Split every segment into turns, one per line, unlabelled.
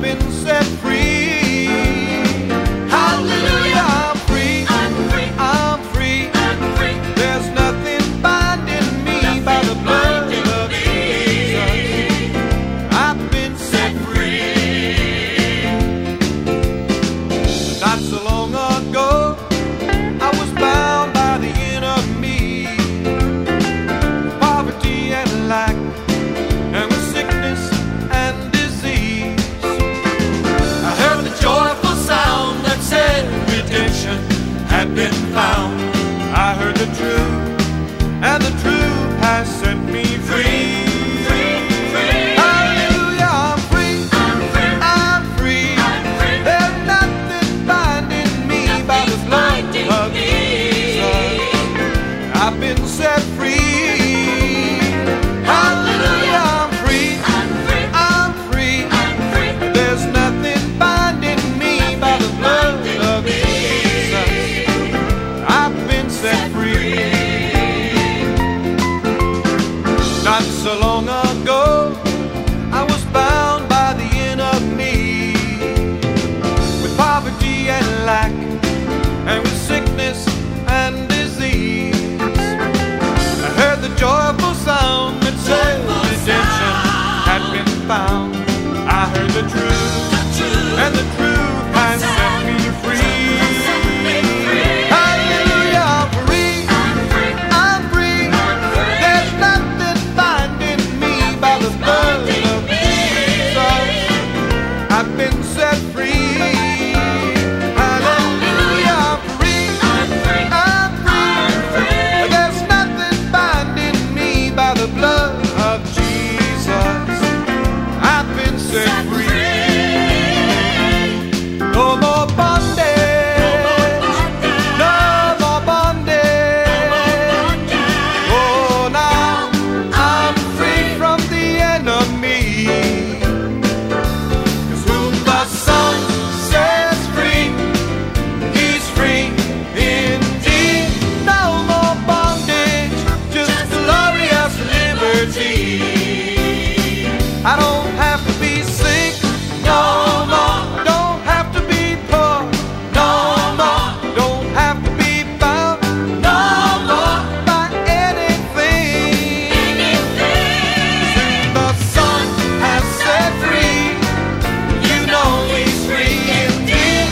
been set free. Hallelujah, I'm free.
I'm free.
I'm free.
I'm free.
There's nothing binding me by the
Nothing
blood
binding
of Jesus. I've been set free. Not so long ago, I was bound by the enemy, poverty and lack, and with sickness and disease. I heard the joyful sound that said redemption had been found. I heard the truth, and the truth has set me free. Hallelujah, I'm free. I'm free. There's nothing binding me by the blood of Jesus. I've been set free. Hallelujah, I'm free. I'm free. There's nothing binding me by the blood of Jesus. I've been set free. Not so long ago, I was bound by the enemy with poverty and lack, and with sickness and disease. I heard the joyful sound that said redemption had been found. I heard the truth, and the truth has set me free. Hallelujah, I'm free. I'm free. There's nothing binding me by the blood of Jesus. I've been set free. Hallelujah, I'm free. I'm free. There's nothing binding me by the blood of Jesus. I've been set free. No more bondage. No more bondage. Oh, now I'm free from the enemy. 'Cause whom the Son sets free, he's free indeed. No more bondage, just glorious liberty. I don't have to be sick no more. Don't have to be poor no more. Don't have to be bound no more by anything. The sun has set free. You know he's free indeed.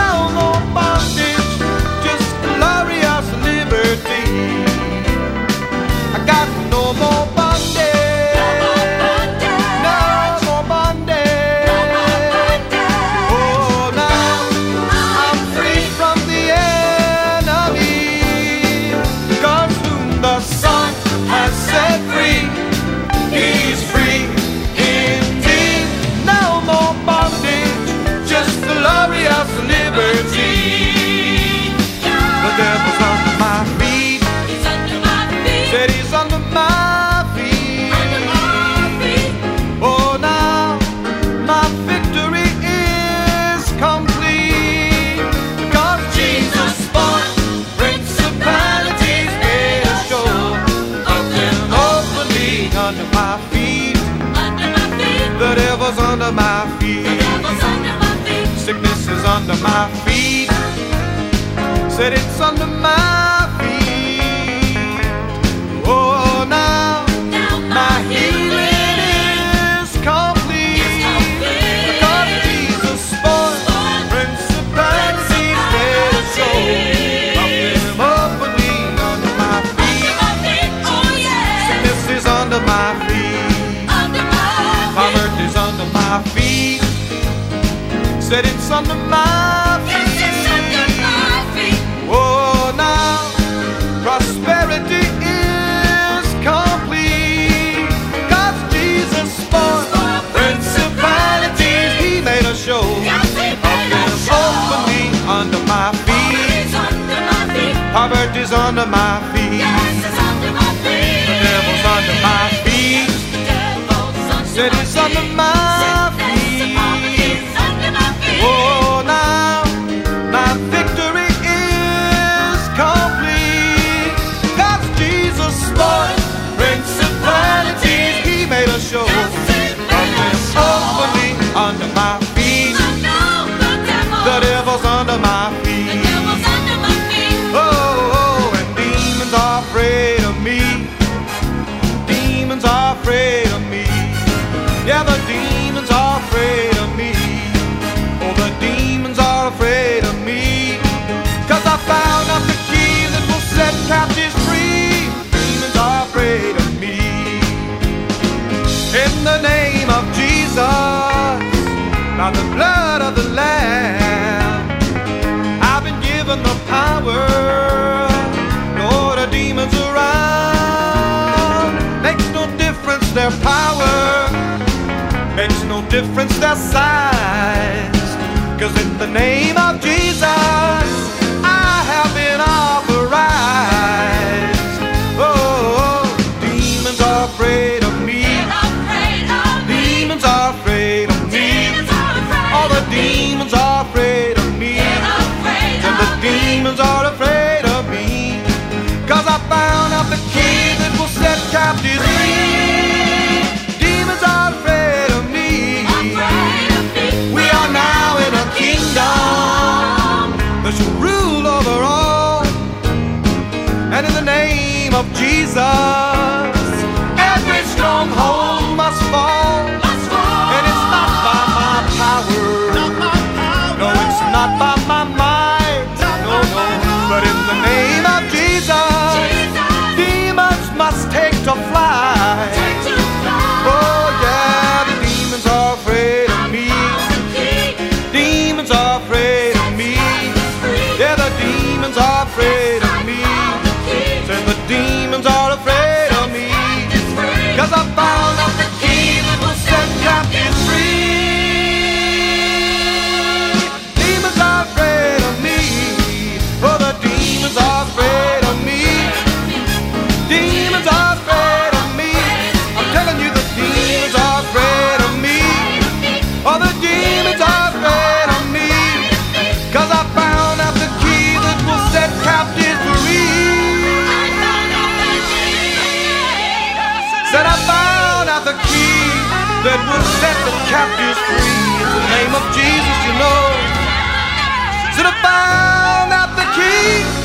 No more bondage, just glorious liberty. I got no more bondage. No more bondage. Oh, now I'm free from the enemy. 'Cause whom the sun has set free. He's free indeed. No more bondage, just glorious liberty. The devil's under my feet. Said he's under my feet. Oh, now my victory is complete. Because Jesus fought principalities made a show of them openly under my feet. The devil's under my feet. Sickness is under my feet. Said it's under my feet. Oh, now my healing is complete. Because Jesus spoiled principalities made a show of them openly under my feet. Sickness is under my feet. Poverty's under my feet. Said it's under my feet. Oh, now prosperity is complete. 'Cause Jesus spoiled principalities. He made a show of them openly under my feet. Poverty's under my feet. The devil's under my feet. Said it's under my feet. Oh, now my victory is complete. 'Cause Jesus spoiled principalities. He made a show of this openly under my feet. Oh, Oh, from the blood of the Lamb. I've been given the power, Lord, the demons around. Makes no difference their power, makes no difference their size. Cause in the name of Jesus, I have been authorized. Oh, demons are afraid of me. Demons are afraid of me. All the demons are afraid of me. And the demons are afraid of me. Cause I found out the key that will set captives free. Demons are afraid of me. We are now in a kingdom that shall rule over all. And in the name of Jesus, every stronghold must fall. And it's not by my power. No, it's not by my might. No, no. But in the name of Jesus, demons must take to flight. Oh, yeah, the demons are afraid of me. Demons are afraid of me. Yeah, the demons are afraid of me. Said the demons are afraid of me. Cause I found out the key that will set captives free. Demons are afraid of me. Oh, the demons are afraid of me. Demons are afraid of me. I'm telling you, the demons are afraid of me. All the demons are afraid of me. Cause I found out the key that will set captives free. Said I found out the key that will set the captives free. It's the name of Jesus, you know. Said I found out the key